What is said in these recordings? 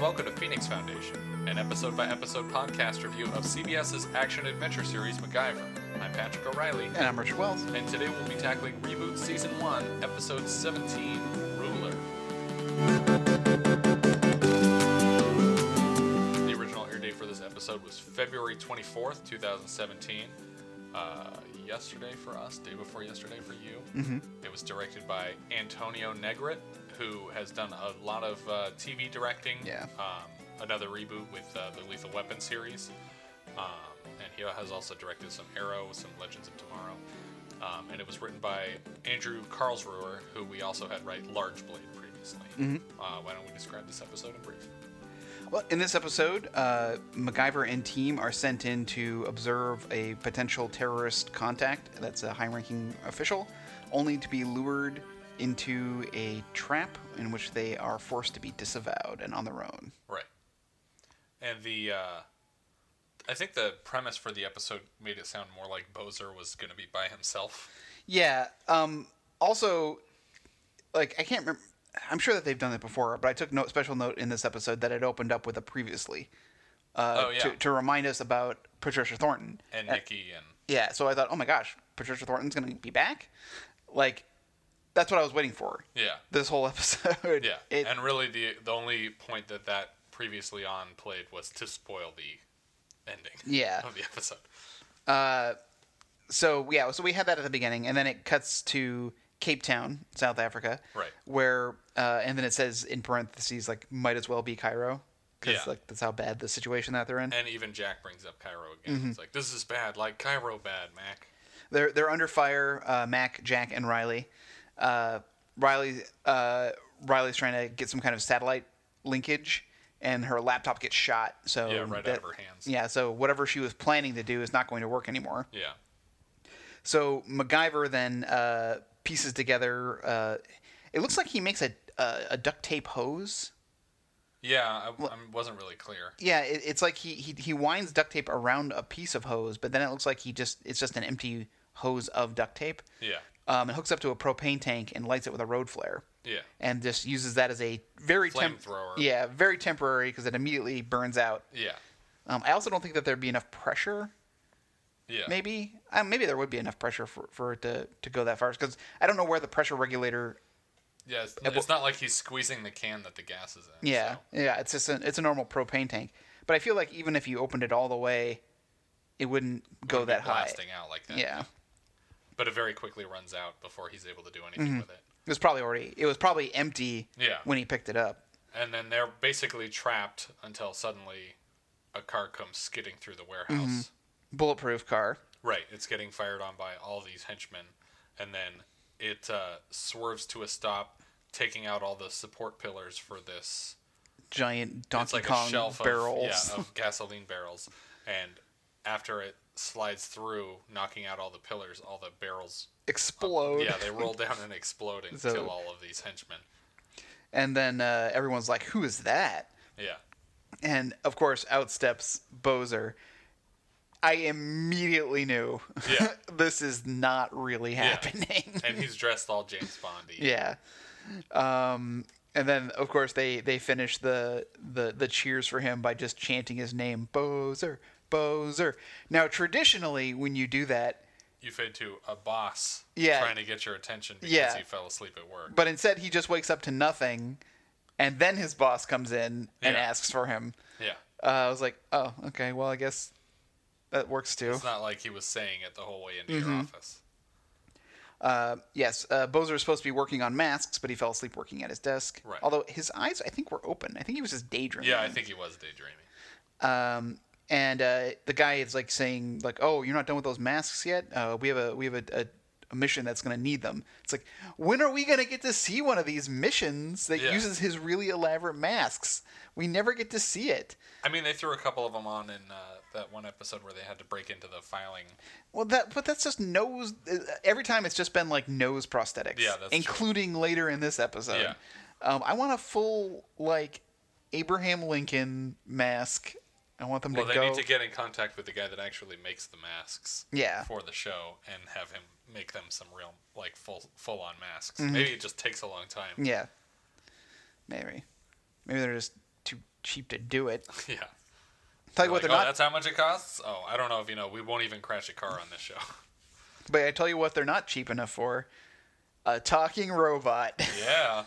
welcome to Phoenix Foundation, an episode by episode podcast review of CBS's action adventure series MacGyver. I'm Patrick O'Reilly, And I'm Rich Wells. and today we'll be tackling Reboot Season 1, Episode 17 Ruler. The original air date for this episode was February 24th, 2017. Uh, yesterday for us, day before yesterday for you. It was directed by Antonio Negret, who has done a lot of uh, TV directing. Yeah. Um, another reboot with uh, the Lethal Weapon series. Um, and he has also directed some Arrow, some Legends of Tomorrow. Um, and it was written by Andrew Karlsruher, who we also had write Large Blade previously. Uh, why don't we describe this episode in brief? Well, in this episode, uh, MacGyver and team are sent in to observe a potential terrorist contact that's a high ranking official, only to be lured into a trap in which they are forced to be disavowed and on their own. Right. And the uh, I think the premise for the episode made it sound more like Bozer was going to be by himself. Yeah. Um, also, like I can't remember. I'm sure that they've done it before, but I took note, special note in this episode that it opened up with a previously uh, Oh, yeah. to, uh, to remind us about Patricia Thornton. And Nikki and Yeah, so I thought, oh my gosh, Patricia Thornton's gonna be back. Like, that's what I was waiting for. yeah, This whole episode. yeah. It, and really, the the only point that that previously on played was to spoil the ending. Yeah. Of the episode. so yeah, so we had that at the beginning, and then it cuts to Cape Town, South Africa. Right. Where, uh, and then it says in parentheses like, might as well be Cairo, because Yeah. like that's how bad the situation that they're in. And even Jack brings up Cairo again. Mm-hmm. It's like this is bad, like Cairo bad, Mac. They're they're under fire. Uh, Mac, Jack, and Riley. Uh, Riley uh, Riley's trying to get some kind of satellite linkage, and her laptop gets shot. So Yeah, right out of her hands. Yeah, so whatever she was planning to do is not going to work anymore. Yeah, So MacGyver then uh, pieces together. Uh, it looks like he makes a a, a duct tape hose. yeah. I, I wasn't really clear. Yeah, it, it's like he, he he winds duct tape around a piece of hose, but then it looks like he just it's just an empty hose of duct tape. Yeah, um, and hooks up to a propane tank and lights it with a road flare, yeah, and just uses that as a very temp- Flamethrower. Yeah, very temporary because it immediately burns out. yeah, Um, I also don't think that there'd be enough pressure. yeah. Maybe uh, maybe there would be enough pressure for, for it to, to go that far because I don't know where the pressure regulator. Yeah, it's, it's not like he's squeezing the can that the gas is in. Yeah, so- yeah, it's just an, it's a normal propane tank, but I feel like even if you opened it all the way, it wouldn't go that high. blasting out like that. Yeah, But it very quickly runs out before he's able to do anything Mm-hmm. with it. it was probably already it was probably empty Yeah. when he picked it up. And then they're basically trapped until suddenly a car comes skidding through the warehouse. Mm-hmm. Bulletproof car. Right. It's getting fired on by all these henchmen. And then it uh, swerves to a stop, taking out all the support pillars for this. giant It's Donkey like Kong a shelf barrels. Of, uh, yeah, of gasoline barrels. And after it slides through, knocking out all the pillars, all the barrels explode. Yeah, they roll down and explode and So- kill all of these henchmen. And then uh, everyone's like, "Who is that?" Yeah. And of course, out steps Bozer. I immediately knew Yeah. this is not really happening. And he's dressed all James Bondy. Yeah. Um, and then of course they they finish the the the cheers for him by just chanting his name, Bozer, Bozer. Now traditionally, when you do that, You fade to a boss Yeah. trying to get your attention because Yeah. he fell asleep at work. but instead he just wakes up to nothing, and then his boss comes in and Yeah. asks for him. yeah. Uh, I was like, oh, okay, well, I guess that works too. It's not like he was saying it the whole way into Mm-hmm. your office. Uh, yes, uh, Bozer is supposed to be working on masks, but he fell asleep working at his desk. Right. Although his eyes, I think, were open. I think he was just daydreaming. Yeah, I think he was daydreaming. Um, and uh, the guy is like saying, like, oh, you're not done with those masks yet. Uh, we have a we have a, a, a mission that's going to need them. It's like, when are we going to get to see one of these missions that Yeah. uses his really elaborate masks? We never get to see it. I mean, they threw a couple of them on in uh, that one episode where they had to break into the filing. Well, that but that's just nose. uh, Every time it's just been like nose prosthetics. Yeah, that's true. including later in this episode. Yeah. Um, I want a full like Abraham Lincoln mask. I want them Well, to they go. need to get in contact with the guy that actually makes the masks Yeah. for the show and have him make them some real, like, full full on Mm-hmm. masks. Maybe it just takes a long time. yeah. Maybe. Maybe they're just too cheap to do it. Yeah. Tell Like, you what, oh, they're not. that's how much it costs? Oh, I don't know if you know. We won't even crash a car on this show. But I tell you what, they're not cheap enough for a talking robot. yeah.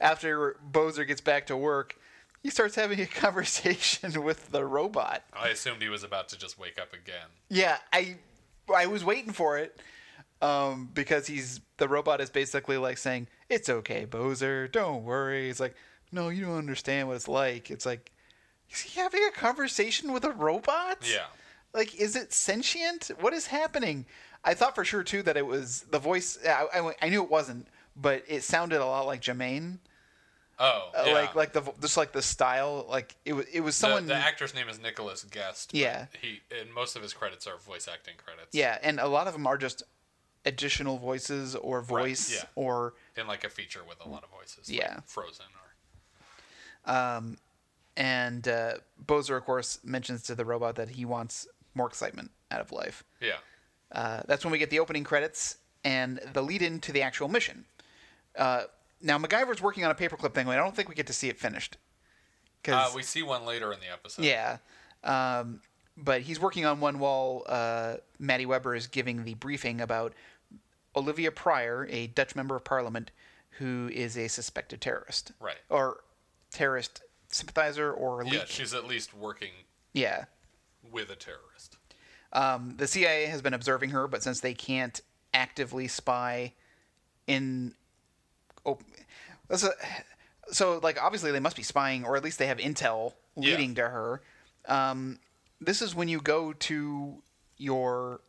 After Bozer gets back to work, he starts having a conversation with the robot. I assumed he was about to just wake up again. Yeah, I I was waiting for it um, because he's the robot is basically like saying it's okay, Bozer, don't worry. It's like no, you don't understand what it's like. It's like is he having a conversation with a robot? Yeah. Like, is it sentient? What is happening? I thought for sure too that it was the voice. I, I, I knew it wasn't, but it sounded a lot like Jermaine. Oh, Uh, yeah. Like like the vo- just like the style. Like it was it was The- someone. the, actor's name is Nicholas Guest. but Yeah. He and most of his credits are voice acting credits. yeah, and a lot of them are just additional voices or voice yeah. or In like a feature with a lot of voices. like Yeah. Frozen or and uh, Bozer of course mentions to the robot that he wants more excitement out of life. yeah. Uh, that's when we get the opening credits and the lead in to the actual mission. Uh, now, MacGyver's working on a paperclip thing, and I don't think we get to see it finished. Uh, 'Cause- we see one later in the episode. yeah. Um, but he's working on one while uh, Maddie Weber is giving the briefing about Olivia Pryor, a Dutch member of parliament who is a suspected terrorist. Right. Or terrorist sympathizer or leak. Yeah. She's at least working yeah. with a terrorist. Um, the CIA has been observing her, but since they can't actively spy in, oh, that's a- so like obviously they must be spying, or at least they have intel Yeah. leading to her. Um, this is when you go to your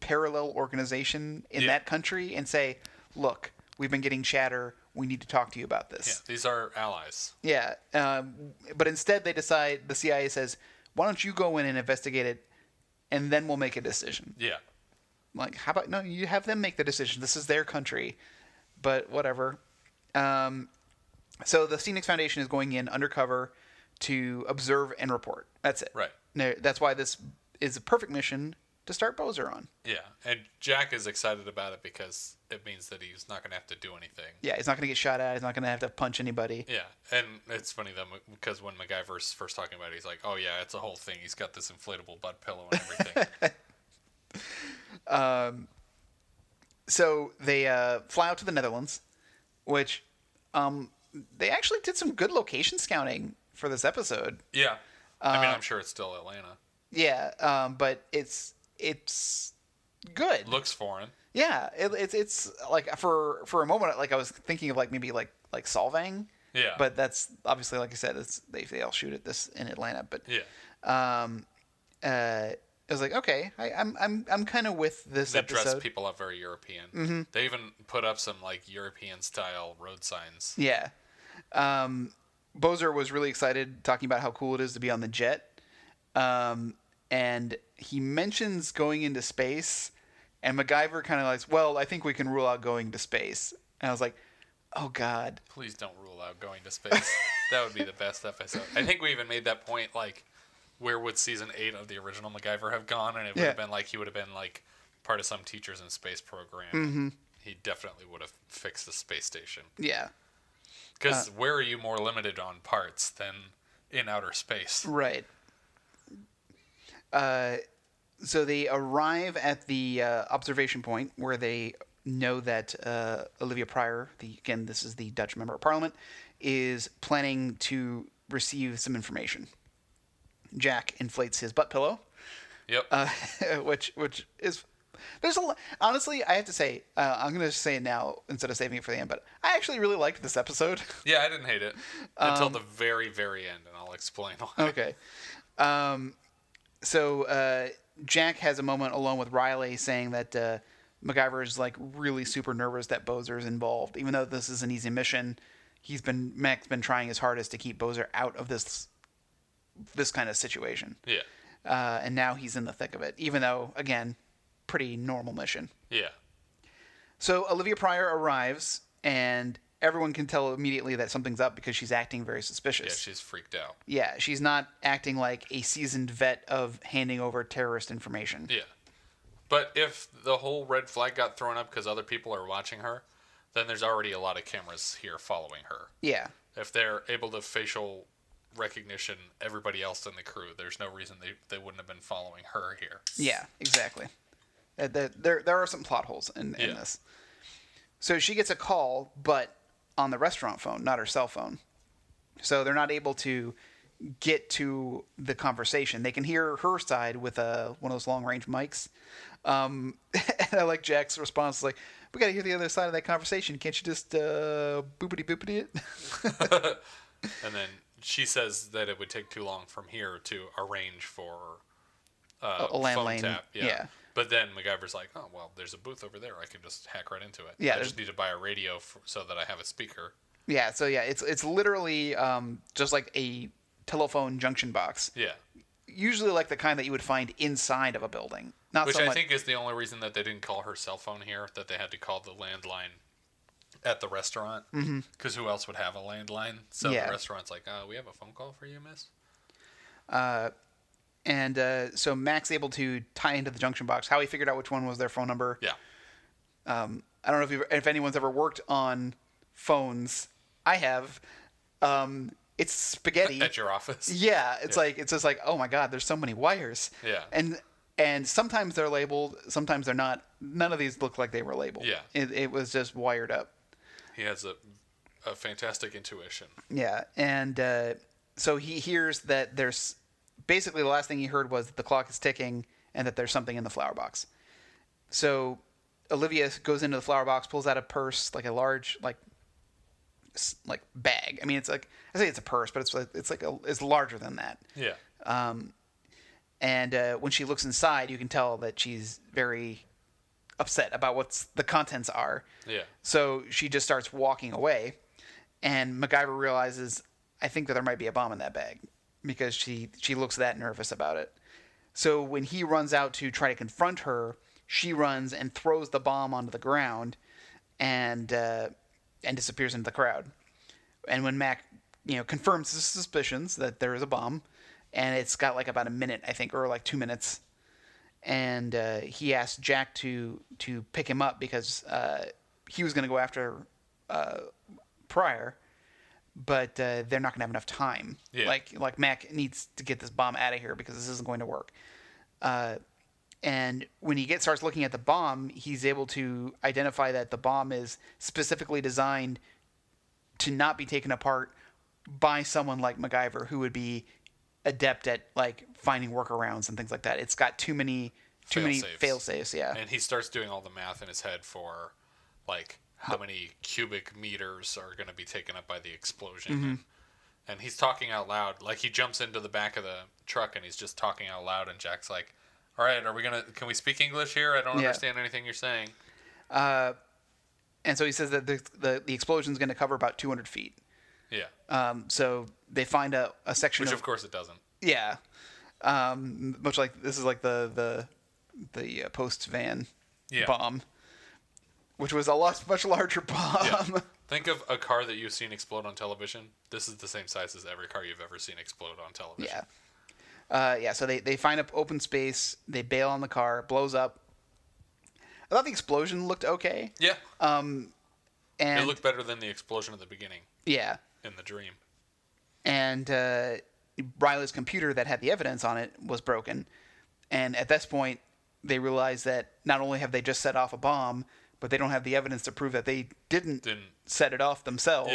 parallel organization in Yeah. that country and say, "Look, we've been getting chatter. We need to talk to you about this." Yeah. These are allies. Yeah, um, but instead they decide the CIA says, "Why don't you go in and investigate it, and then we'll make a decision." Yeah. Like, how about no? You have them make the decision. This is their country, but whatever. Um, so the Phoenix Foundation is going in undercover to observe and report. That's it. Right. No, that's why this is a perfect mission to start Bozer on. Yeah. And Jack is excited about it because it means that he's not going to have to do anything. Yeah, he's not going to get shot at. He's not going to have to punch anybody. Yeah, and it's funny though because when MacGyver's first talking about it, he's like, "Oh yeah, it's a whole thing. He's got this inflatable butt pillow and everything." so they uh, fly out to the Netherlands, which um, they actually did some good location scouting for this episode. yeah, I mean, I'm sure it's still Atlanta. Yeah, um, but it's it's good. Looks foreign. Yeah, it, it's it's like for for a moment, like I was thinking of like maybe like like solving. Yeah. But that's obviously like I said, it's they they all shoot at this in Atlanta, but Yeah, um, uh, I was like, okay, I, I'm I'm I'm kind of with this they episode. dress people up very European. They even put up some like European style road signs. Yeah. Um, Bozer was really excited talking about how cool it is to be on the jet. Um, and he mentions going into space, and MacGyver kind of like, well, I think we can rule out going to space. And I was like, oh, God. Please don't rule out going to space. that would be the best episode. I think we even made that point like, where would season eight of the original MacGyver have gone? And it would have Yeah. been like he would have been like part of some teachers in space program. Mm-hmm. He definitely would have fixed the space station. Yeah. Because Uh. where are you more limited on parts than in outer space? Right. Uh, so they arrive at the uh, observation point where they know that uh, Olivia Pryor, the, again, this is the Dutch member of parliament, is planning to receive some information. Jack inflates his butt pillow, Yep. uh, which which is there's a lot, honestly I have to say uh, I'm gonna say it now instead of saving it for the end, but I actually really liked this episode. yeah, I didn't hate it until the very, very end, and I'll explain why. um, Okay. Um, so uh, Jack has a moment alone with Riley saying that uh, MacGyver is like really super nervous that Bozer is involved, even though this is an easy mission. He's been Mac's been trying his hardest to keep Bozer out of this this kind of situation, Yeah. uh, and now he's in the thick of it. Even though, again, pretty normal mission. Yeah. So Olivia Pryor arrives, and everyone can tell immediately that something's up because she's acting very Yeah, suspicious. she's freaked out. Yeah, she's not acting like a seasoned vet of handing over terrorist information. Yeah. But if the whole red flag got thrown up because other people are watching her, then there's already a lot of cameras here following her. Yeah. if they're able to facial recognition everybody else in the crew, there's no reason they, they wouldn't have been following her here. Yeah, exactly. Uh, there- there, there are some plot holes in, in Yeah. this. So she gets a call, but on the restaurant phone, not her cell phone. So they're not able to get to the conversation. They can hear her side with a, one of those long range mics. Um, and I like Jack's response, like, we got to hear the other side of that conversation. Can't you just uh, boopity boopity it? And then she says that it would take too long from here to arrange for uh, A- a land phone lane, tap. Yeah. yeah. But then MacGyver's like, oh well, there's a booth over there. I can just hack right into it. Yeah, I there's- just need to buy a radio for, so that I have a speaker. yeah, so yeah, it's, it's literally um, just like a telephone junction box. Yeah. usually like the kind that you would find inside of a building. Not Which so I much. think is the only reason that they didn't call her cell phone here, that they had to call the landline at the restaurant. Because who else would have a landline? So Yeah. the restaurant's like, uh, we have a phone call for you, miss. and uh, so Mac's able to tie into the junction box. How he figured out which one was their phone number. Yeah. I don't know if you've, if anyone's ever worked on phones. I have. Um, it's spaghetti. At your office. yeah, it's like it's just like oh my god, there's so many wires. Yeah. And and sometimes they're labeled, sometimes they're not. None of these look like they were labeled. Yeah. It, it was just wired up. He has a, a fantastic intuition. Yeah, and uh, so he hears that there's basically the last thing he heard was that the clock is ticking and that there's something in the flower box. So Olivia goes into the flower box, pulls out a purse, like a large like s- like bag. I mean, it's like I say it's a purse, but it's like it's like a, it's larger than that. Yeah. And uh, when she looks inside, you can tell that she's very upset about what's the contents are. Yeah. So she just starts walking away, and MacGyver realizes I think that there might be a bomb in that bag because she she looks that nervous about it. So when he runs out to try to confront her, she runs and throws the bomb onto the ground, and uh, and disappears into the crowd. And when Mac, you know, confirms his suspicions that there is a bomb, and it's got like about a minute, I think, or like two minutes and uh, he asked Jack to to pick him up because uh, he was going to go after uh, Pryor, but uh, they're not going to have enough time. Yeah. Like like Mac needs to get this bomb out of here because this isn't going to work. Uh, and when he gets starts looking at the bomb, he's able to identify that the bomb is specifically designed to not be taken apart by someone like MacGyver, who would be adept at like finding workarounds and things like that. It's got too many too many Fail-safes. fail safes. Yeah, and he starts doing all the math in his head for like how many cubic meters are going to be taken up by the explosion Mm-hmm. and, and he's talking out loud like he jumps into the back of the truck and he's just talking out loud and jack's like all right are we gonna can we speak english here i don't Yeah. understand anything you're saying and so he says that the the, the explosion's going to cover about 200 feet. yeah Um, so they find a, a section which of, of course it doesn't yeah, um, much like this is like the the the uh, post van Yeah. bomb, which was a lot much larger bomb. yeah. think of a car that you've seen explode on television this is the same size as every car you've ever seen explode on television Yeah. Uh, yeah, so they, they find up open space, they bail on the car, blows up. I thought the explosion looked okay. yeah And it looked better than the explosion at the beginning yeah. in the dream And uh, Riley's computer that had the evidence on it was broken. And at this point, they realize that not only have they just set off a bomb, but they don't have the evidence to prove that they didn't, Didn't. set it off themselves.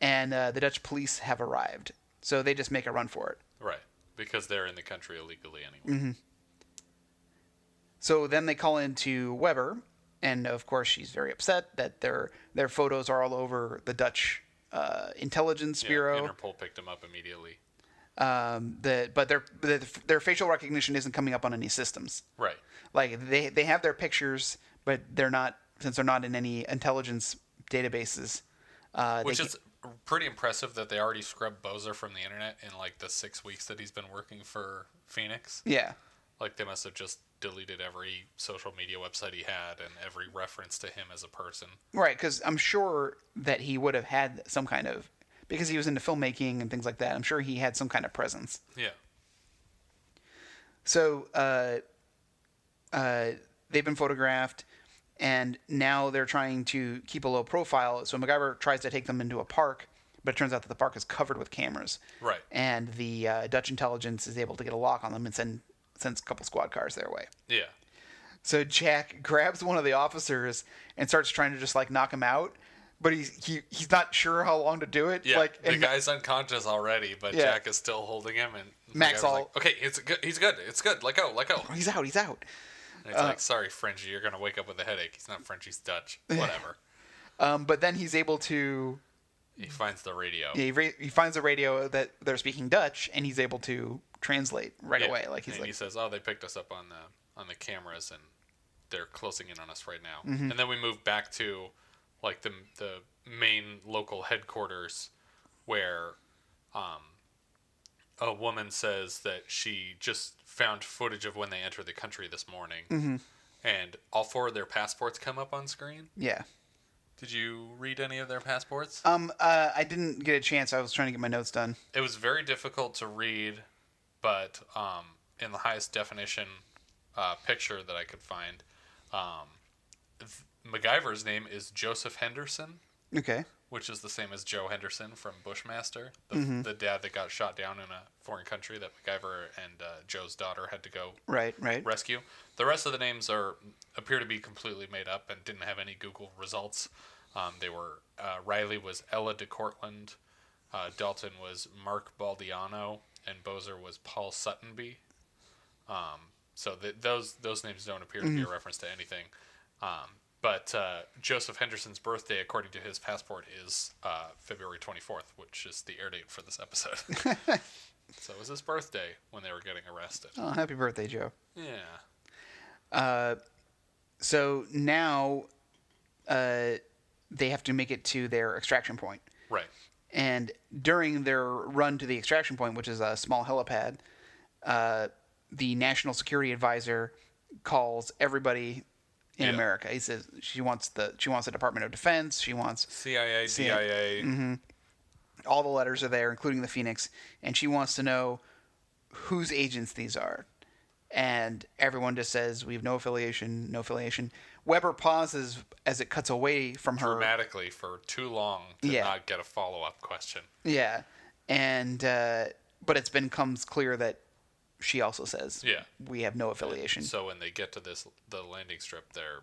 Yeah. And uh, the Dutch police have arrived. So they just make a run for it. right because they're in the country illegally anyway Mm-hmm. So then they call into Weber, and of course she's very upset that their their photos are all over the Dutch uh, intelligence Yeah, bureau. Interpol picked him up immediately. um, the, but their, their their facial recognition isn't coming up on any systems. Right. Like they they have their pictures, but they're not since they're not in any intelligence databases. Uh, Which they, is pretty impressive that they already scrubbed Bozer from the internet in like the six weeks that he's been working for Phoenix. yeah. Like they must have just deleted every social media website he had and every reference to him as a person. Right, because I'm sure that he would have had some kind of because he was into filmmaking and things like that. I'm sure he had some kind of presence. Yeah. So uh, uh, they've been photographed, and now they're trying to keep a low profile. So MacGyver tries to take them into a park, But it turns out that the park is covered with cameras. Right. And the uh, Dutch intelligence is able to get a lock on them and send sends a couple squad cars their way. Yeah. So Jack grabs one of the officers and starts trying to just like knock him out, but he's he, he's not sure how long to do it. Yeah. like the and guy's unconscious already, but Yeah. Jack is still holding him. And the Max guy was all- like, okay, it's good. He's good. It's good. Let go. Let go. he's out. He's out. And Uh. it's like, sorry, Frenchie, you're gonna wake up with a headache. He's not French. He's Dutch. Whatever. Um, but then he's able to. he finds the radio. He, re- he finds a radio that they're speaking Dutch, and he's able to translate right Yeah. away. Like he's and like, he says, "Oh, they picked us up on the on the cameras, and they're closing in on us right now." Mm-hmm. And then we move back to like the the main local headquarters, where um, a woman says that she just found footage of when they entered the country this morning, Mm-hmm. and all four of their passports come up on screen. yeah. Did you read any of their passports? Um, uh, I didn't get a chance. I was trying to get my notes done. it was very difficult to read, but um, in the highest definition uh, picture that I could find, um, th- MacGyver's name is Joseph Henderson, Okay. which is the same as Joe Henderson from Bushmaster, the, the dad that got shot down in a foreign country that MacGyver and uh, Joe's daughter had to go Right. Right. rescue. The rest of the names are appear to be completely made up and didn't have any Google results. Um, they were uh, Riley was Ella de Cortland, uh, Dalton was Mark Baldiano, and Bozer was Paul Suttonby. Um, so th- those those names don't appear to be a reference to anything. Um, but uh, Joseph Henderson's birthday, according to his passport, is uh, February 24th, which is the air date for this episode. so it was his birthday when they were getting arrested. Oh, happy birthday, Joe. Yeah. So now, uh, they have to make it to their extraction point. Right. And during their run to the extraction point, which is a small helipad, uh, the national security advisor calls everybody in Yeah. America. He says she wants the she wants the Department of Defense. She wants CIA, CIA. mm-hmm. all the letters are there, including the Phoenix, and she wants to know whose agents these are. And everyone just says we have no affiliation, no affiliation. Weber pauses as it cuts away from her. Dramatically for too long to Yeah. not get a follow up question. Yeah, and uh, but it's been comes clear that she also says Yeah. we have no affiliation. So when they get to this the landing strip, their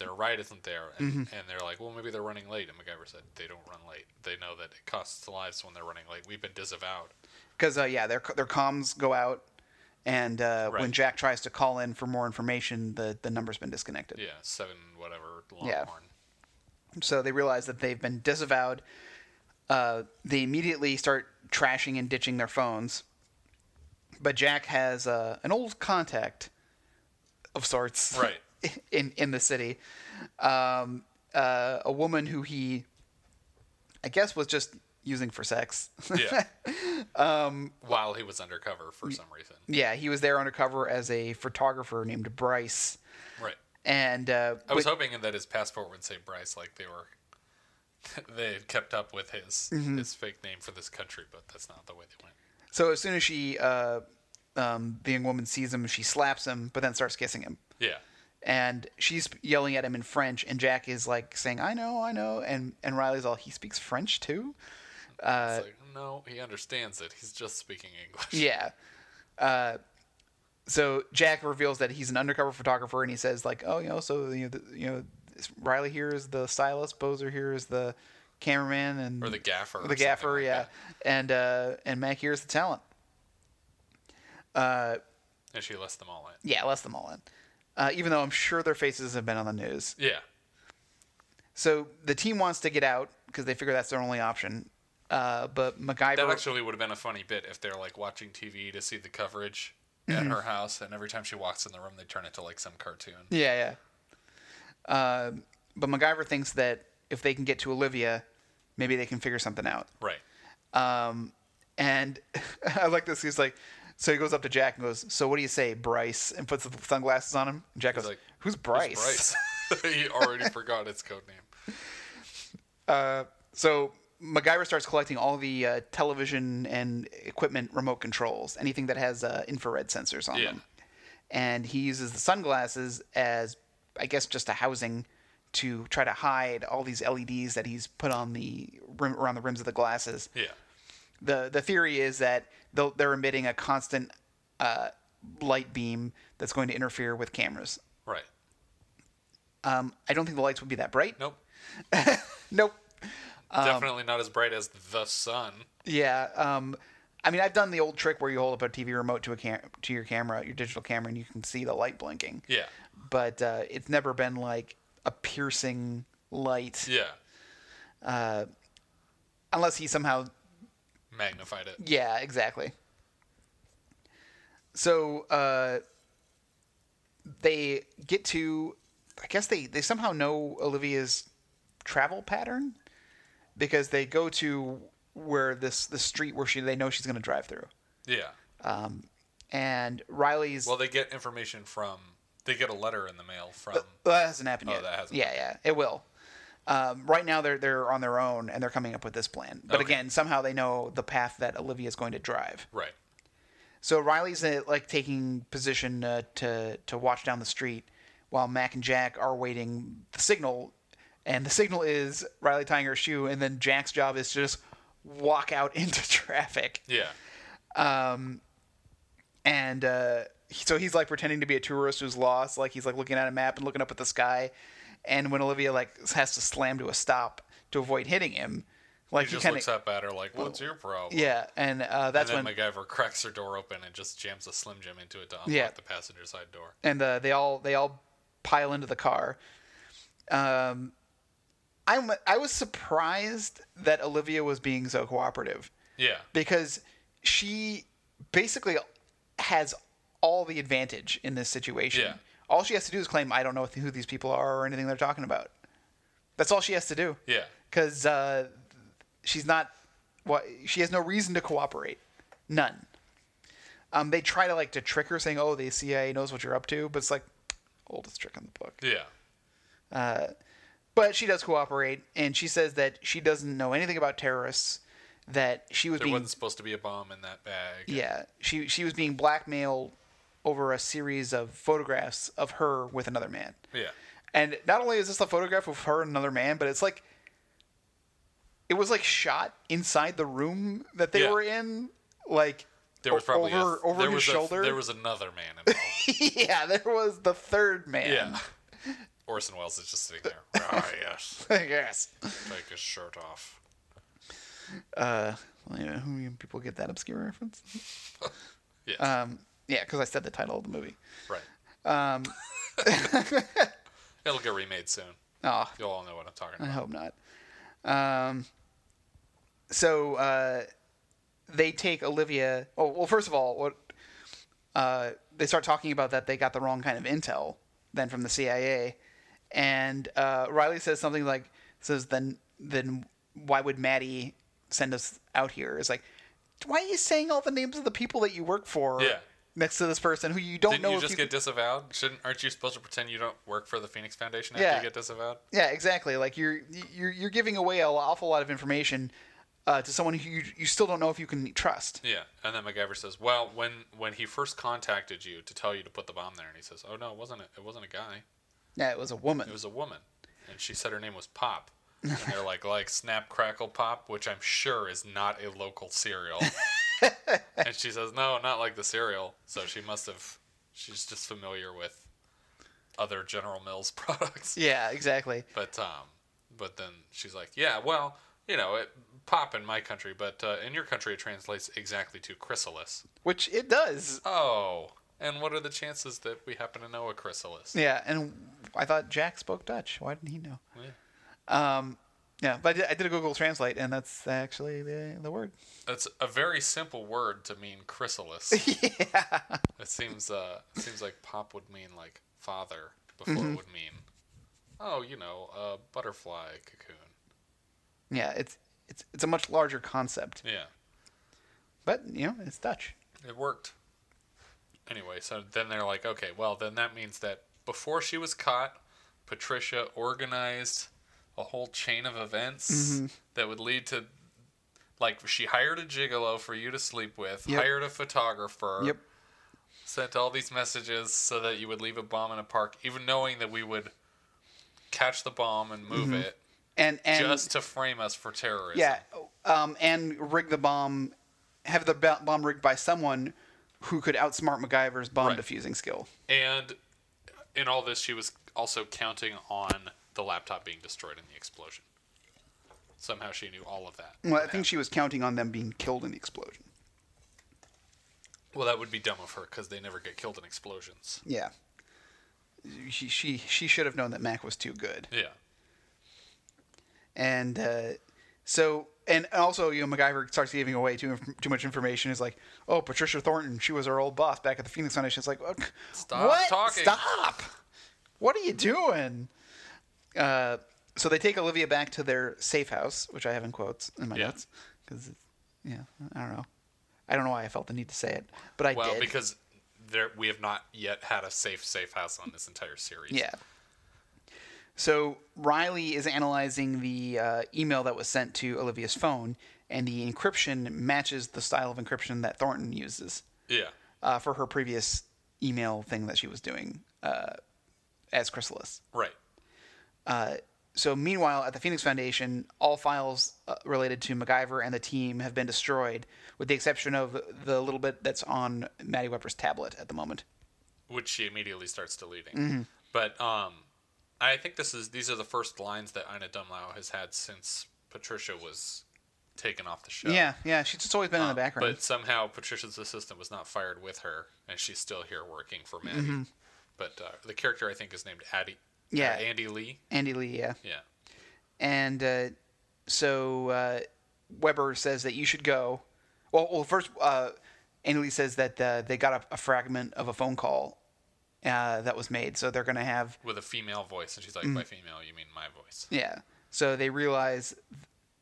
their ride isn't there, and, Mm-hmm. and they're like, well, maybe they're running late. And MacGyver said they don't run late. They know that it costs lives when they're running late. We've been disavowed. Because uh, yeah, their their comms go out, and uh, when Right. Jack tries to call in for more information, the the number's been disconnected. Yeah, seven whatever longhorn. Yeah. So they realize that they've been disavowed. Uh, they immediately start trashing and ditching their phones. But Jack has uh, an old contact of sorts, Right. in in the city, um, uh, a woman who he, I guess, was just using for sex. Yeah. Um, While he was undercover for some reason. yeah, he was there undercover as a photographer named Bryce, Right. and uh, I was with- hoping that his passport would say Bryce, like they were. They had kept up with his Mm-hmm. his fake name for this country, but that's not the way they went. so as soon as she, uh, um, the young woman sees him, she slaps him, but then starts kissing him. Yeah. and she's yelling at him in French, and Jack is like saying, "I know, I know," and and Riley's all, "He speaks French too." Uh, it's like, no, he understands it. He's just speaking English. Yeah. Uh, so Jack reveals that he's an undercover photographer, and he says like, "Oh, you know, so you know, the, you know, this- Riley here is the stylist, Bozer here is the cameraman, and Or the gaffer. or the gaffer, something like yeah, that. and uh, and Mac here is the talent." And she lists them all in. Yeah, lets them all in. Uh, even though I'm sure their faces have been on the news. Yeah. So the team wants to get out because they figure that's their only option. Uh, but MacGyver. That actually would have been a funny bit if they're like watching TV to see the coverage Mm-hmm. at her house, and every time she walks in the room, they turn it to like some cartoon. yeah, yeah. Uh, but MacGyver thinks that if they can get to Olivia, maybe they can figure something out. Right. Um, and I like this. He's like, so he goes up to Jack and goes, "So what do you say, Bryce?" And puts the sunglasses on him. And Jack He's goes, like, "Who's It's Bryce?" Bryce. he already forgot its code name. So MacGyver starts collecting all the uh, television and equipment remote controls, anything that has uh, infrared sensors on Yeah. them. And he uses the sunglasses as, I guess, just a housing to try to hide all these LEDs that he's put on the rim, around the rims of the glasses. Yeah. The the theory is that they'll- they're emitting a constant uh, light beam that's going to interfere with cameras. Right. Um, I don't think the lights would be that bright. Nope. Nope. Um, Definitely not as bright as the sun. Yeah. Um, I mean, I've done the old trick where you hold up a TV remote to a cam- to your camera, your digital camera, and you can see the light blinking. Yeah. But uh, it's never been like a piercing light, Yeah. unless he somehow Magnified it. Yeah, exactly. So uh, they get to, I guess they, they somehow know Olivia's travel pattern because they go to where this the street where she they know she's going to drive through, Yeah. and Riley's. Well, they get information from. They get a letter in the mail from. Well, that hasn't happened yet. Oh, that hasn't yeah, yeah, it will. Um, right now, they're they're on their own and they're coming up with this plan. But Okay. again, somehow they know the path that Olivia's going to drive. Right. So Riley's uh, like taking position uh, to to watch down the street, while Mac and Jack are waiting the signal, and the signal is Riley tying her shoe, and then Jack's job is to just walk out into traffic, Yeah. and uh, he- so he's like pretending to be a tourist who's lost, like he's like looking at a map and looking up at the sky, and when Olivia like has to slam to a stop to avoid hitting him, like He he, just kind looks of up at her like, "What's your problem?" yeah, and uh, that's and when then MacGyver cracks her door open and just jams a Slim Jim into it to unlock Yeah. the passenger side door. and uh, they all they all pile into the car. Um, I'm I was surprised that Olivia was being so cooperative Yeah. because she basically has all the advantage in this situation. Yeah. All she has to do is claim I don't know who these people are or anything they're talking about. That's all she has to do. Yeah. Because uh, she's not what she has no reason to cooperate, none. Um, they try to like to trick her, saying, "Oh, the CIA knows what you're up to," but it's like oldest trick in the book. Yeah. But she does cooperate, and she says that she doesn't know anything about terrorists. That she was There being wasn't supposed to be a bomb in that bag. yeah she she was being blackmailed over a series of photographs of her with another man. Yeah. And not only is this a photograph of her and another man, but it's like it was like shot inside the room that they Yeah. were in, like There was o- probably a- over over there his was a- shoulder. there was another man involved. yeah, there was the third man. yeah. Orson Welles is just sitting there. Ah, yes. yes. Take his shirt off. Well, yeah, who- people get that obscure reference? Yes. Um, yeah, because I said the title of the movie. right. Um. It'll get remade soon. Oh, You'll all know what I'm talking I about. hope not. Um, so uh, they take Olivia. Oh, well, first of all, what uh, they start talking about that they got the wrong kind of intel then from the CIA, and uh, Riley says something like, "says then then why would Maddie send us out here?" It's like, why are you saying all the names of the people that you work for? Yeah. Next to this person who you don't Didn't know you if just you get disavowed? Shouldn't aren't you supposed to pretend you don't work for the Phoenix Foundation after Yeah. you get disavowed? Yeah, exactly. Like you're you're you're giving away an awful lot of information uh, to someone who you, you still don't know if you can trust. Yeah, and then MacGyver says, "Well, when when he first contacted you to tell you to put the bomb there, and he says, "Oh no, it wasn't a, it wasn't a guy, Yeah, it was a woman. it was a woman," and she said her name was Pop, and they're like like Snap Crackle Pop, which I'm sure is not a local cereal, and she says, "No, not like the cereal," so she must have she's just familiar with other General Mills products, yeah, exactly. but um, but then she's like, "Yeah, well." You know, it, pop in my country, but uh, in your country it translates exactly to chrysalis. Which it does. Oh, and what are the chances that we happen to know a chrysalis? Yeah, and I thought Jack spoke Dutch. Why didn't he know? Yeah. Um, yeah, but I did, I did a Google Translate, and that's actually the the word. That's a very simple word to mean chrysalis. yeah. It seems uh it seems like pop would mean like father before it would mean oh, you know, a butterfly cocoon. Yeah, it's it's it's a much larger concept, Yeah. but you know it's Dutch. It worked. Anyway, so then they're like, okay, well then that means that before she was caught, Patricia organized a whole chain of events that would lead to like she hired a gigolo for you to sleep with, Yep. hired a photographer, Yep. sent all these messages so that you would leave a bomb in a park, even knowing that we would catch the bomb and move it and Mm-hmm. and just to frame us for terrorism. yeah, um, and rig the bomb, have the ba- bomb rigged by someone who could outsmart MacGyver's bomb Right. defusing skill. And in all this, she was also counting on the laptop being destroyed in the explosion. Somehow she knew all of that. Well, I think she was counting on them being killed in the explosion. Well, that would be dumb of her because they never get killed in explosions. Yeah. She she she should have known that Mac was too good. Yeah. And uh, so and also you know MacGyver starts giving away too too much information. Is like, oh Patricia Thornton, she was our old boss back at the Phoenix Foundation. It's like, "Oh, Stop what? talking." Stop! What are you doing? Uh, so they take Olivia back to their safe house, which I have in quotes in my Yeah. notes because yeah, I don't know. I don't know why I felt the need to say it, but I Well, did. because there we have not yet had a safe safe house on this entire series. Yeah. So Riley is analyzing the uh, email that was sent to Olivia's phone, and the encryption matches the style of encryption that Thornton uses Yeah. uh, for her previous email thing that she was doing uh, as Chrysalis. Right. So meanwhile, at the Phoenix Foundation, all files uh, related to MacGyver and the team have been destroyed, with the exception of the little bit that's on Maddie Webber's tablet at the moment. Which she immediately starts deleting. Mm-hmm. But um, I think this is these are the first lines that Ina Dumlau has had since Patricia was taken off the show. Yeah, yeah, she's just always been in the background. But somehow Patricia's assistant was not fired with her, and she's still here working for Maddie. But uh, the character I think is named Addie. Mm-hmm. Yeah. uh, Andy Lee. Andy Lee, yeah. Yeah. and uh, so uh, Weber says that you should go. Well, well first, uh, Annalise says that uh, they got a, a fragment of a phone call uh, that was made, so they're going to have With a female voice, and she's like, Mm-hmm. "By female, you mean my voice?" yeah. So they realize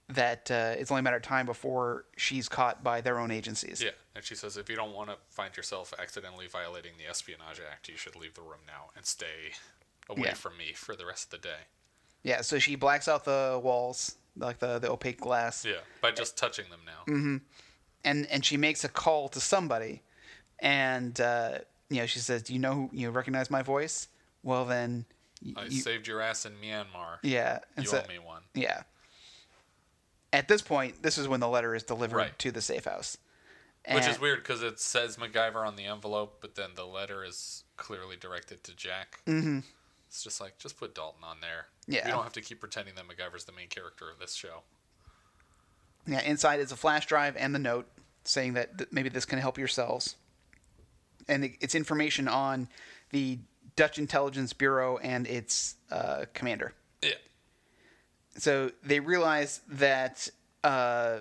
that uh, it's only a matter of time before she's caught by their own agencies. Yeah, and she says, if you don't want to find yourself accidentally violating the Espionage Act, you should leave the room now and stay away Yeah. from me for the rest of the day. Yeah, So she blacks out the walls, like the, the opaque glass, Yeah, by just touching them now. mm-hmm, and and she makes a call to somebody, and uh, you know she says, "Do you know who you recognize my voice?" Well, then. y- I you- saved your ass in Myanmar. Yeah. And you so, owe me one. Yeah. At this point, this is when the letter is delivered Right. to the safe house. Which And- is weird because it says MacGyver on the envelope, but then the letter is clearly directed to Jack. Mm-hmm. It's just like, just put Dalton on there. Yeah. We don't have to keep pretending that MacGyver's the main character of this show. Yeah, inside is a flash drive and the note saying that th- maybe this can help yourselves. And it- it's information on the Dutch Intelligence Bureau and its uh, commander. Yeah. So they realize that uh,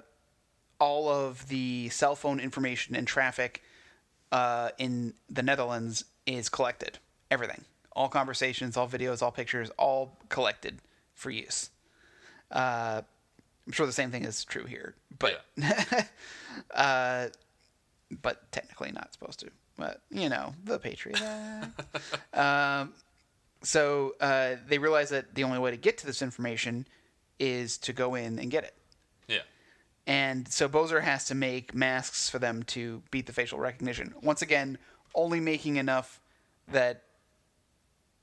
all of the cell phone information and traffic uh, in the Netherlands is collected. Everything, all conversations, all videos, all pictures, all collected for use. Uh, I'm sure the same thing is true here, but yeah. but technically not supposed to. But you know, the Patriot. Act. um, so uh, they realize that the only way to get to this information is to go in and get it. Yeah. And so Bozer has to make masks for them to beat the facial recognition. Once again, only making enough that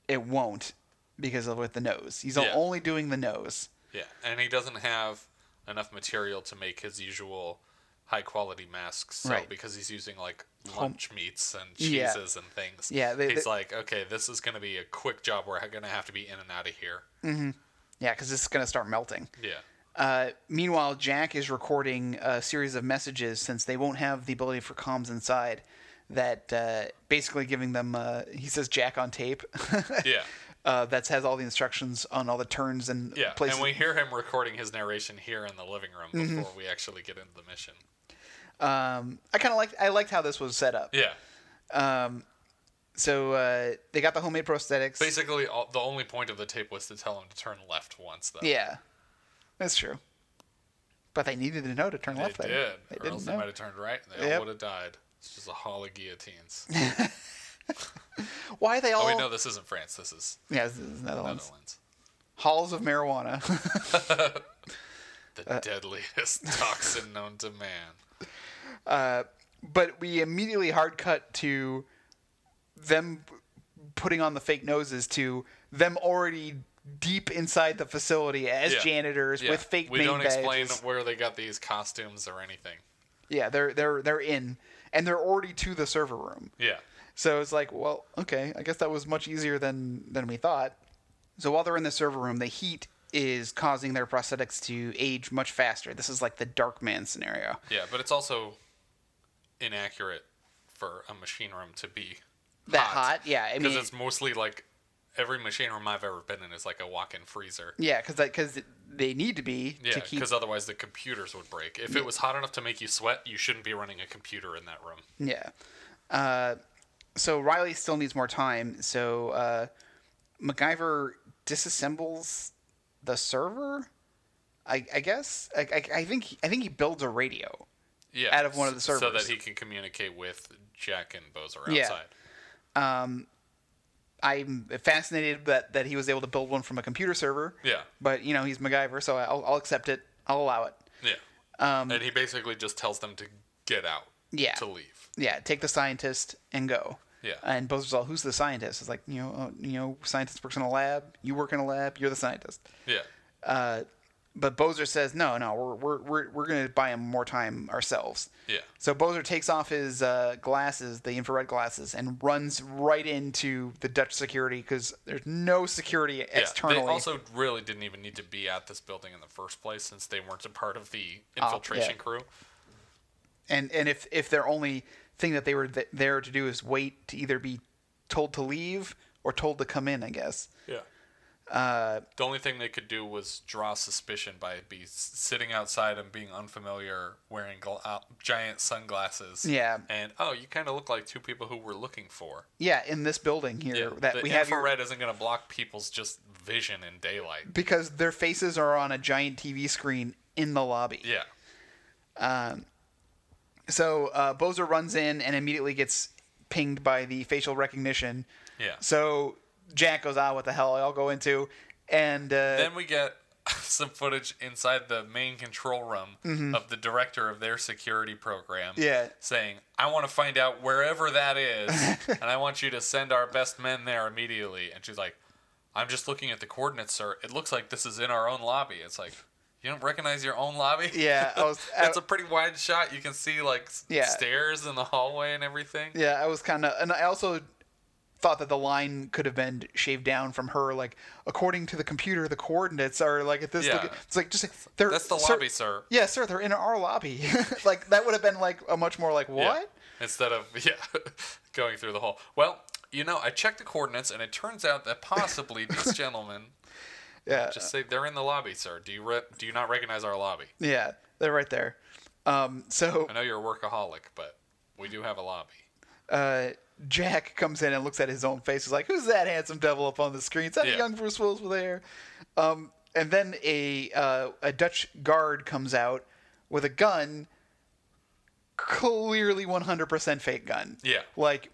it won't because of with the nose. He's Yeah. only doing the nose. Yeah. And he doesn't have enough material to make his usual high quality masks. So Right. because he's using like lunch meats and cheeses Yeah. and things. Yeah, they- he's they- like, okay, this is going to be a quick job. We're going to have to be in and out of here. Yeah, because this is going to start melting. Yeah. Uh, meanwhile, Jack is recording a series of messages since they won't have the ability for comms inside. That uh, basically giving them, uh, he says, Jack on tape. Yeah. Uh, that has all the instructions on all the turns and Yeah, places. Mm-hmm. and we hear him recording his narration here in the living room before we actually get into the mission. um, I kind of liked. I liked how this was set up. Yeah, So uh, they got the homemade prosthetics. basically, all, the only point of the tape was to tell him to turn left once, though. Yeah, that's true. But they needed to know to turn they left. did. They, they or else didn't they might know. have turned right, and they Yep. all would have died. It's just a hall of guillotines. Why they all? oh, wait, no, this isn't France. This is Yeah, this is Netherlands. Netherlands. Halls of marijuana. The Uh, deadliest toxin known to man. but we immediately hard cut to them putting on the fake noses to them already deep inside the facility as Yeah. janitors Yeah. with fake We name don't explain badges. where they got these costumes or anything. Yeah, they're they're they're in, and they're already to the server room. Yeah. So it's like, well, okay, I guess that was much easier than than we thought. So while they're in the server room, the heat is causing their prosthetics to age much faster. This is like the Dark Man scenario. Yeah, but it's also inaccurate for a machine room to be That hot, yeah. I because mean, it's mostly like every machine room I've ever been in is like a walk-in freezer. yeah, because because they need to be Yeah, to keep. because otherwise the computers would break. If it was hot enough to make you sweat, you shouldn't be running a computer in that room. Yeah. Uh, so Riley still needs more time. So uh, MacGyver disassembles the server. I, I guess I, I, I think he- I think he builds a radio. Yeah, Out of one of the s- so servers. that he can communicate with Jack and Bozer outside. Yeah. I'm fascinated that, that he was able to build one from a computer server. Yeah. But you know he's MacGyver, so I'll, I'll accept it. I'll allow it. Yeah. and he basically just tells them to get out. Um, Yeah. To leave. Yeah, take the scientist and go. Yeah. And Bozer's all, "Who's the scientist?" It's like you know, oh, you know, scientist works in a lab. You work in a lab. You're the scientist. Yeah. But Bozer says, no, no, we're we're we're, we're going to buy him more time ourselves. Yeah. So Bozer takes off his uh, glasses, the infrared glasses, and runs right into the Dutch security because there's no security externally. Yeah, they also really didn't even need to be at this building in the first place since they weren't a part of the Oh, infiltration crew. and and if if their only thing that they were th- there to do is wait to either be told to leave or told to come in, I guess. Yeah. Uh, the only thing they could do was draw suspicion by be s- sitting outside and being unfamiliar, wearing gla- uh, giant sunglasses. Yeah. And oh, you kind of look like two people who we're looking for. Yeah, in this building here that the we have here, infrared isn't going to block people's just vision in daylight. because their faces are on a giant TV screen in the lobby. Yeah. So uh, Bozer runs in and immediately gets pinged by the facial recognition. Yeah. So Jack goes, ah, what the hell? I'll go into. And uh, Then we get some footage inside the main control room of the director of their security program. Mm-hmm. Yeah. Saying, I want to find out wherever that is, and I want you to send our best men there immediately. And she's like, I'm just looking at the coordinates, sir. It looks like this is in our own lobby. It's like, you don't recognize your own lobby? Yeah, I was- That's I- a pretty wide shot. You can see, like, s- Yeah. stairs in the hallway and everything. yeah, I was kind of, and I also thought that the line could have been shaved down from her. Like, according to the computer, the coordinates are like at this. Yeah. loca- it's like just they're That's the sir- lobby, sir. Yeah, sir, they're in our lobby. like that would have been like a much more like Yeah. what? Instead of yeah, going through the hole. Well, you know, I checked the coordinates, and it turns out that possibly these gentlemen. Yeah. Just say they're in the lobby, sir. Do you re- do you not recognize our lobby? Yeah, they're right there. Um, so I know you're a workaholic, but we do have a lobby. uh, Jack comes in and looks at his own face. He's like, "Who's that handsome devil up on the screen? Is that a Yeah. young Bruce Willis with hair?" Um, and then a uh, a Dutch guard comes out with a gun, clearly 100% fake gun. Yeah. like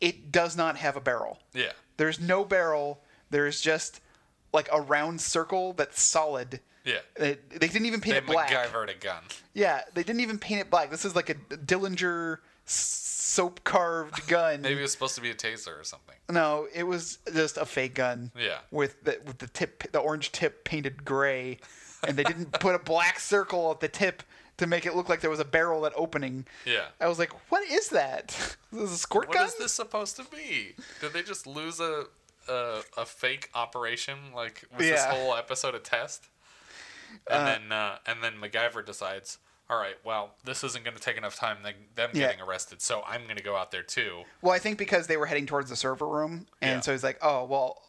it does not have a barrel. Yeah. There's no barrel. There's just like a round circle that's solid. Yeah. They, they didn't even paint They it black. MacGyvered a gun. Yeah, they didn't even paint it black. This is like a Dillinger soap carved gun. Maybe it was supposed to be a taser or something. No, it was just a fake gun. Yeah. With the with the tip, the orange tip painted gray, and they didn't put a black circle at the tip to make it look like there was a barrel that opening. Yeah. I was like, what is that? Is this a squirt What gun? is this supposed to be? Did they just lose a a, a fake operation? Like was this Yeah. whole episode a test? And then uh, and then MacGyver decides, all right, well, this isn't going to take enough time than them Yeah. getting arrested, so I'm going to go out there too. Well, I think because they were heading towards the server room, and Yeah. so he's like, oh well,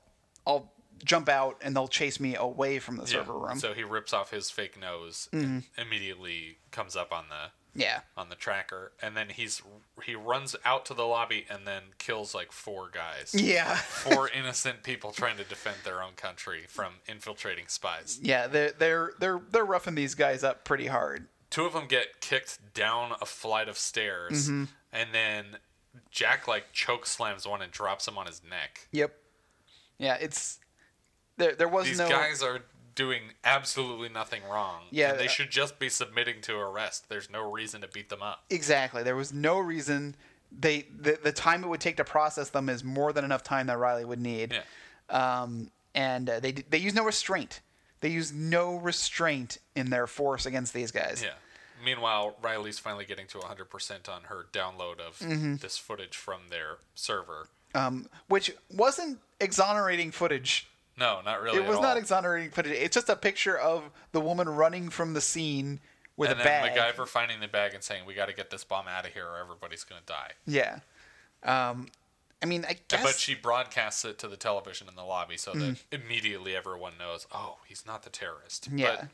I'll jump out and they'll chase me away from the server Yeah. room. Mm-hmm. So he rips off his fake nose, and immediately comes up on the yeah. on the tracker, and then he's he runs out to the lobby and then kills like four guys. Yeah. Four innocent people trying to defend their own country from infiltrating spies. Yeah, they're they're they're they're roughing these guys up pretty hard. two of them get kicked down a flight of stairs Mm-hmm. and then jack like choke slams one and drops him on his neck Yep. Yeah, it's there. There was these no guys are doing absolutely nothing wrong Yeah, and they uh, should just be submitting to arrest there's no reason to beat them up exactly. There was no reason they the, the time it would take to process them is more than enough time that Riley would need. yeah and uh, they d- they use no restraint. They use no restraint in their force against these guys. Yeah. Meanwhile, Riley's finally getting to 100% on her download of Mm-hmm. this footage from their server. Um, which wasn't exonerating footage. No, not really. It at was all. not exonerating footage. It's just a picture of the woman running from the scene with And a then bag. MacGyver finding the bag and saying, "We got to get this bomb out of here, or everybody's gonna die." Yeah. Um, I mean, I guess. But she broadcasts it to the television in the lobby so Mm. that immediately everyone knows, "Oh, he's not the terrorist." Yeah. But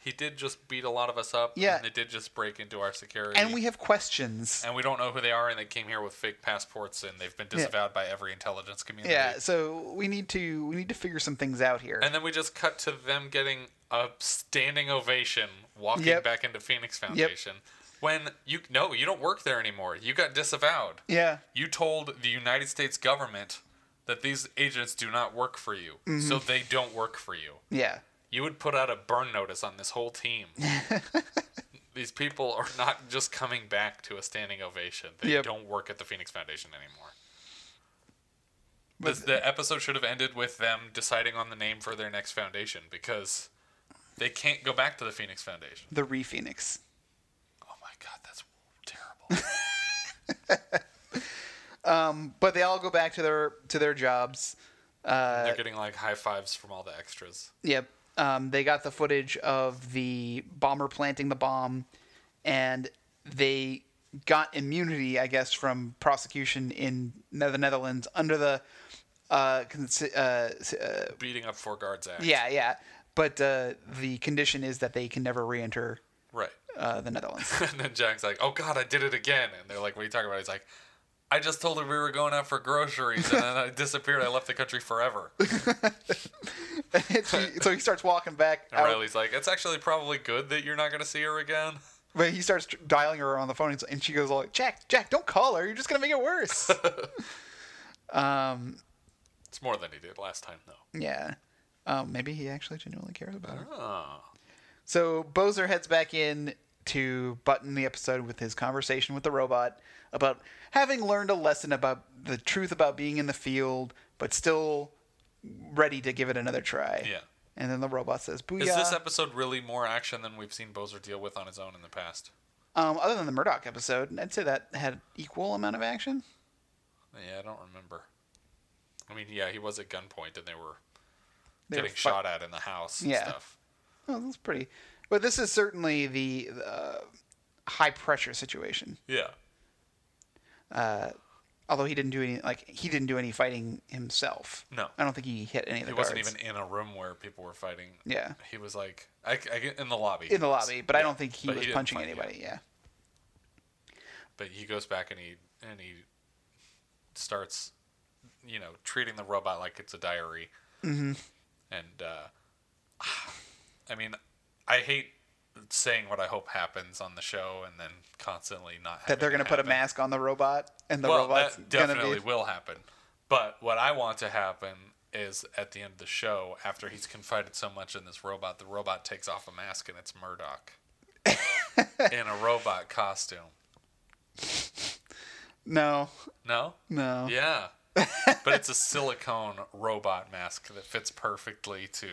he did just beat a lot of us up. Yeah. And they did just break into our security. and we have questions. and we don't know who they are, and they came here with fake passports, and they've been disavowed by every intelligence community. Yeah, so we need to we need to figure some things out here. And then we just cut to them getting a standing ovation walking Yep. back into Phoenix Foundation. When you no, you don't work there anymore. You got disavowed. yeah. You told the United States government that these agents do not work for you. Mm-hmm. So they don't work for you. Yeah. You would put out a burn notice on this whole team. these people are not just coming back to a standing ovation. They Yep. don't work at the Phoenix Foundation anymore. But- This- the episode should have ended with them deciding on the name for their next foundation because they can't go back to the Phoenix Foundation. The Re Phoenix. Oh my god, that's terrible. But they all go back to their to their jobs. Uh, They're getting like high fives from all the extras. Yep. Um, they got the footage of the bomber planting the bomb, and they got immunity, I guess, from prosecution in the Netherlands under the uh, consi- uh, s- uh, Beating up four guards act. yeah, yeah. But uh, the condition is that they can never re-enter Right. uh, the Netherlands. And then Jack's like, "Oh God, I did it again!" And they're like, "What are you talking about?" He's like, "I just told her we were going out for groceries, and then I disappeared. I left the country forever." And so he starts walking back, out, Riley's like, "It's actually probably good that you're not going to see her again." but he starts dialing her on the phone, and she goes all like, "Jack, Jack, don't call her. You're just gonna make it worse." It's more than he did last time, though. yeah. Um, maybe he actually genuinely cares about her. Oh. So Bozer heads back in to button the episode with his conversation with the robot about having learned a lesson about the truth about being in the field, but still ready to give it another try. Yeah. And then the robot says, "Booyah!" Is this episode really more action than we've seen Bozer deal with on his own in the past? um, other than the Murdoch episode, I'd say that had equal amount of action. Yeah, I don't remember. I mean, yeah, he was at gunpoint and they were They were getting fi- shot at in the house and Yeah. stuff. Oh, that's pretty. But this is certainly the uh, high pressure situation. Yeah. Although he didn't do any, like he didn't do any fighting himself. No. I don't think he hit any of the He wasn't guards. even in a room where people were fighting. Yeah. He was like I, I get- in the lobby. in the lobby, but I Yeah. don't think he But was didn't punching fight, yeah. anybody. Yeah. But he goes back and he and he starts, you know, treating the robot like it's a diary. Mm-hmm. And uh, I mean, I hate saying what I hope happens on the show and then constantly not. That they're having gonna it put a happen. mask on the robot, and the well, robot's that gonna definitely be. will happen. But what I want to happen is at the end of the show, after he's confided so much in this robot, the robot takes off a mask and it's Murdoch in a robot costume. No, No? no. Yeah. but it's a silicone robot mask that fits perfectly to.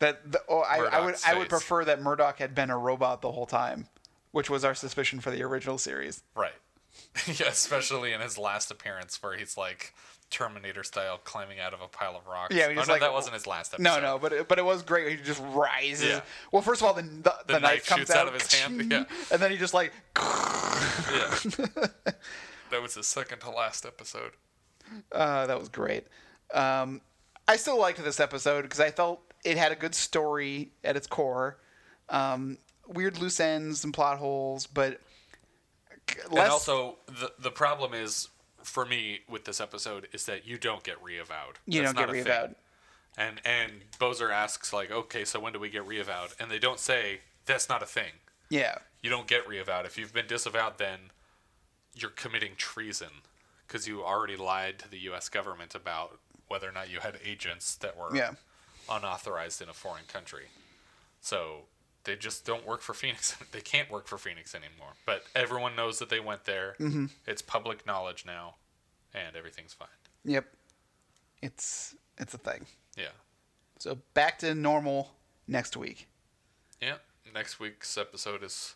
That the, oh, I, I would Murdoch's I would face. prefer that Murdoch had been a robot the whole time, which was our suspicion for the original series. Right. yeah, especially in his last appearance where he's like Terminator style climbing out of a pile of rocks. Yeah, he oh, was no, like- that wasn't his last episode. No, no, but it, but it was great. He just rises. Yeah. Well, first of all, the the, the knife, knife comes shoots out of his hand, yeah. and then he just like Yeah. that was his second to last episode. Uh, that was great. Um, I still liked this episode because I felt it had a good story at its core. Um, weird loose ends and plot holes, but k- less. And also, the the problem is for me with this episode is that you don't get reavowed. you That's don't get not a thing. reavowed. And and Bozer asks like, okay, so when do we get reavowed? And they don't say that's not a thing. Yeah. You don't get reavowed if you've been disavowed. Then you're committing treason because you already lied to the U.S. government about whether or not you had agents that were Yeah. unauthorized in a foreign country. So they just don't work for Phoenix. they can't work for Phoenix anymore. But everyone knows that they went there. Mm-hmm. It's public knowledge now, and everything's fine. Yep. It's it's a thing. Yeah. So back to normal next week. Yeah. Next week's episode is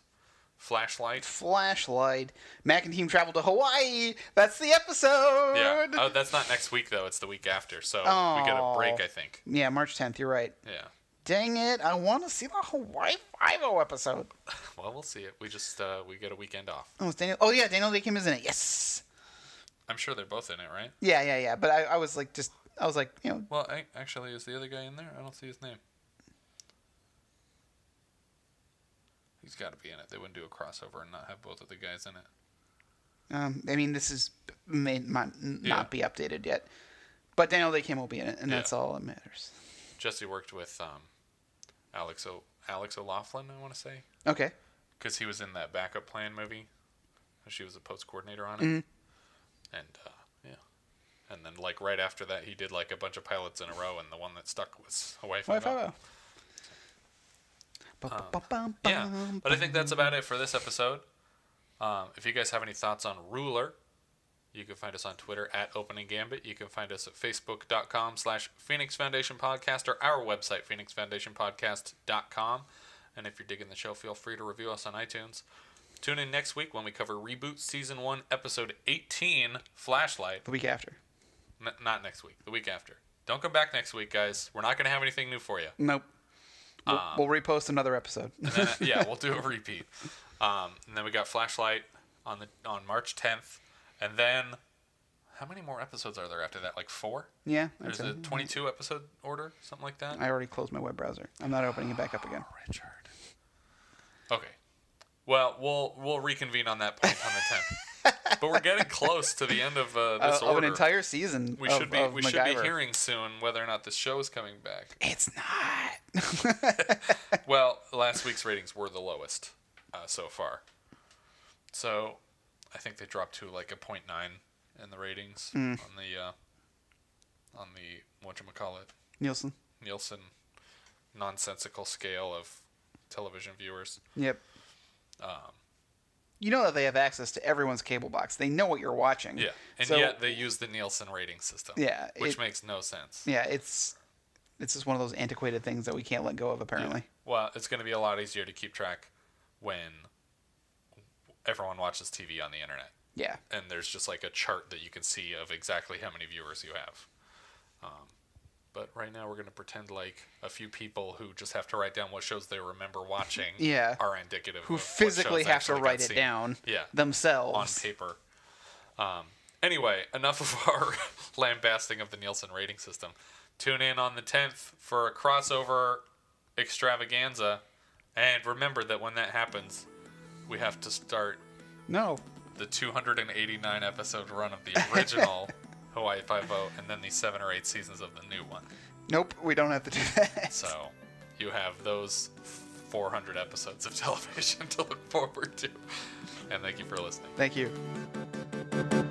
Flashlight. Flashlight. Mac and team travel to Hawaii. That's the episode. Yeah. Oh, that's not next week though. It's the week after. So we got Aw. a break, I think. Yeah, March 10th. You're right. Yeah. Dang it! I want to see the Hawaii Five O episode. Well, we'll see it. We just uh, we get a weekend off. Oh, it's Daniel. Oh yeah, Daniel Day Kim is in it. Yes. I'm sure they're both in it, right? Yeah, yeah, yeah. But I, I was like, just I was like, you know, Well, I, actually, is the other guy in there? I don't see his name. He's got to be in it. They wouldn't do a crossover and not have both of the guys in it. um, I mean, this is may not, not Yeah. be updated yet. But Daniel Day Kim will be in it, and Yeah. that's all that matters. Jesse worked with um, Alex o- Alex O'Laughlin, I want to say, Okay. because he was in that backup plan movie. She was a post coordinator on it, and uh, yeah, and then like right after that, he did like a bunch of pilots in a row, and the one that stuck was Hawaii Hawaii Five oh. O. Five O. Ba-ba-ba-bum. Yeah, but I think that's about it for this episode. Um, if you guys have any thoughts on Ruler, you can find us on Twitter at Opening Gambit. You can find us at facebook.com slash Phoenix Foundation Podcast or our website, phoenixfoundationpodcast.com. And if you're digging the show, feel free to review us on iTunes. Tune in next week when we cover Reboot Season 1, Episode 18, Flashlight. The week after. N- not next week, the week after. Don't come back next week, guys. We're not going to have anything new for you. Nope. We'll, we'll repost another episode. Um, And then- uh, yeah, we'll do a repeat. Um, and then we got Flashlight on the on March 10th, and then how many more episodes are there after that? Like four? yeah. There's that's a it. 22 episode order, something like that. I already closed my web browser. I'm not opening it back up again. Richard. Okay. Well, we'll we'll reconvene on that point on the 10th. but we're getting close to the end of uh, Uh, this of an order. entire season. we of- should be of we should be MacGyver. hearing soon whether or not the show is coming back. It's not. Well, last week's ratings were the lowest uh, so far. So I think they dropped to like a 0.9 in the ratings Hmm. on the uh, on the whatchamacallit Nielsen. Nielsen nonsensical scale of television viewers. Yep. Um, you know that they have access to everyone's cable box. They know what you're watching. Yeah, and Hmm. so, yet they use the Nielsen rating system. Yeah, which it- makes no sense. yeah, it's it's just one of those antiquated things that we can't let go of. Apparently, Well, it's going to be a lot easier to keep track when everyone watches TV on the internet. yeah. and there's just like a chart that you can see of exactly how many viewers you have. Um, but right now, we're going to pretend like a few people who just have to write down what shows they remember watching Yeah. are indicative Who physically have to write it down Yeah. on themselves. paper. Um, anyway, enough of our lambasting of the Nielsen rating system. Tune in on the 10th for a crossover extravaganza. And remember that when that happens, we have to start No, the 289 episode run of the original Hawaii Five O, and then the seven or eight seasons of the new one. nope, we don't have to do that. So you have those 400 episodes of television to look forward to. And thank you for listening. Thank you.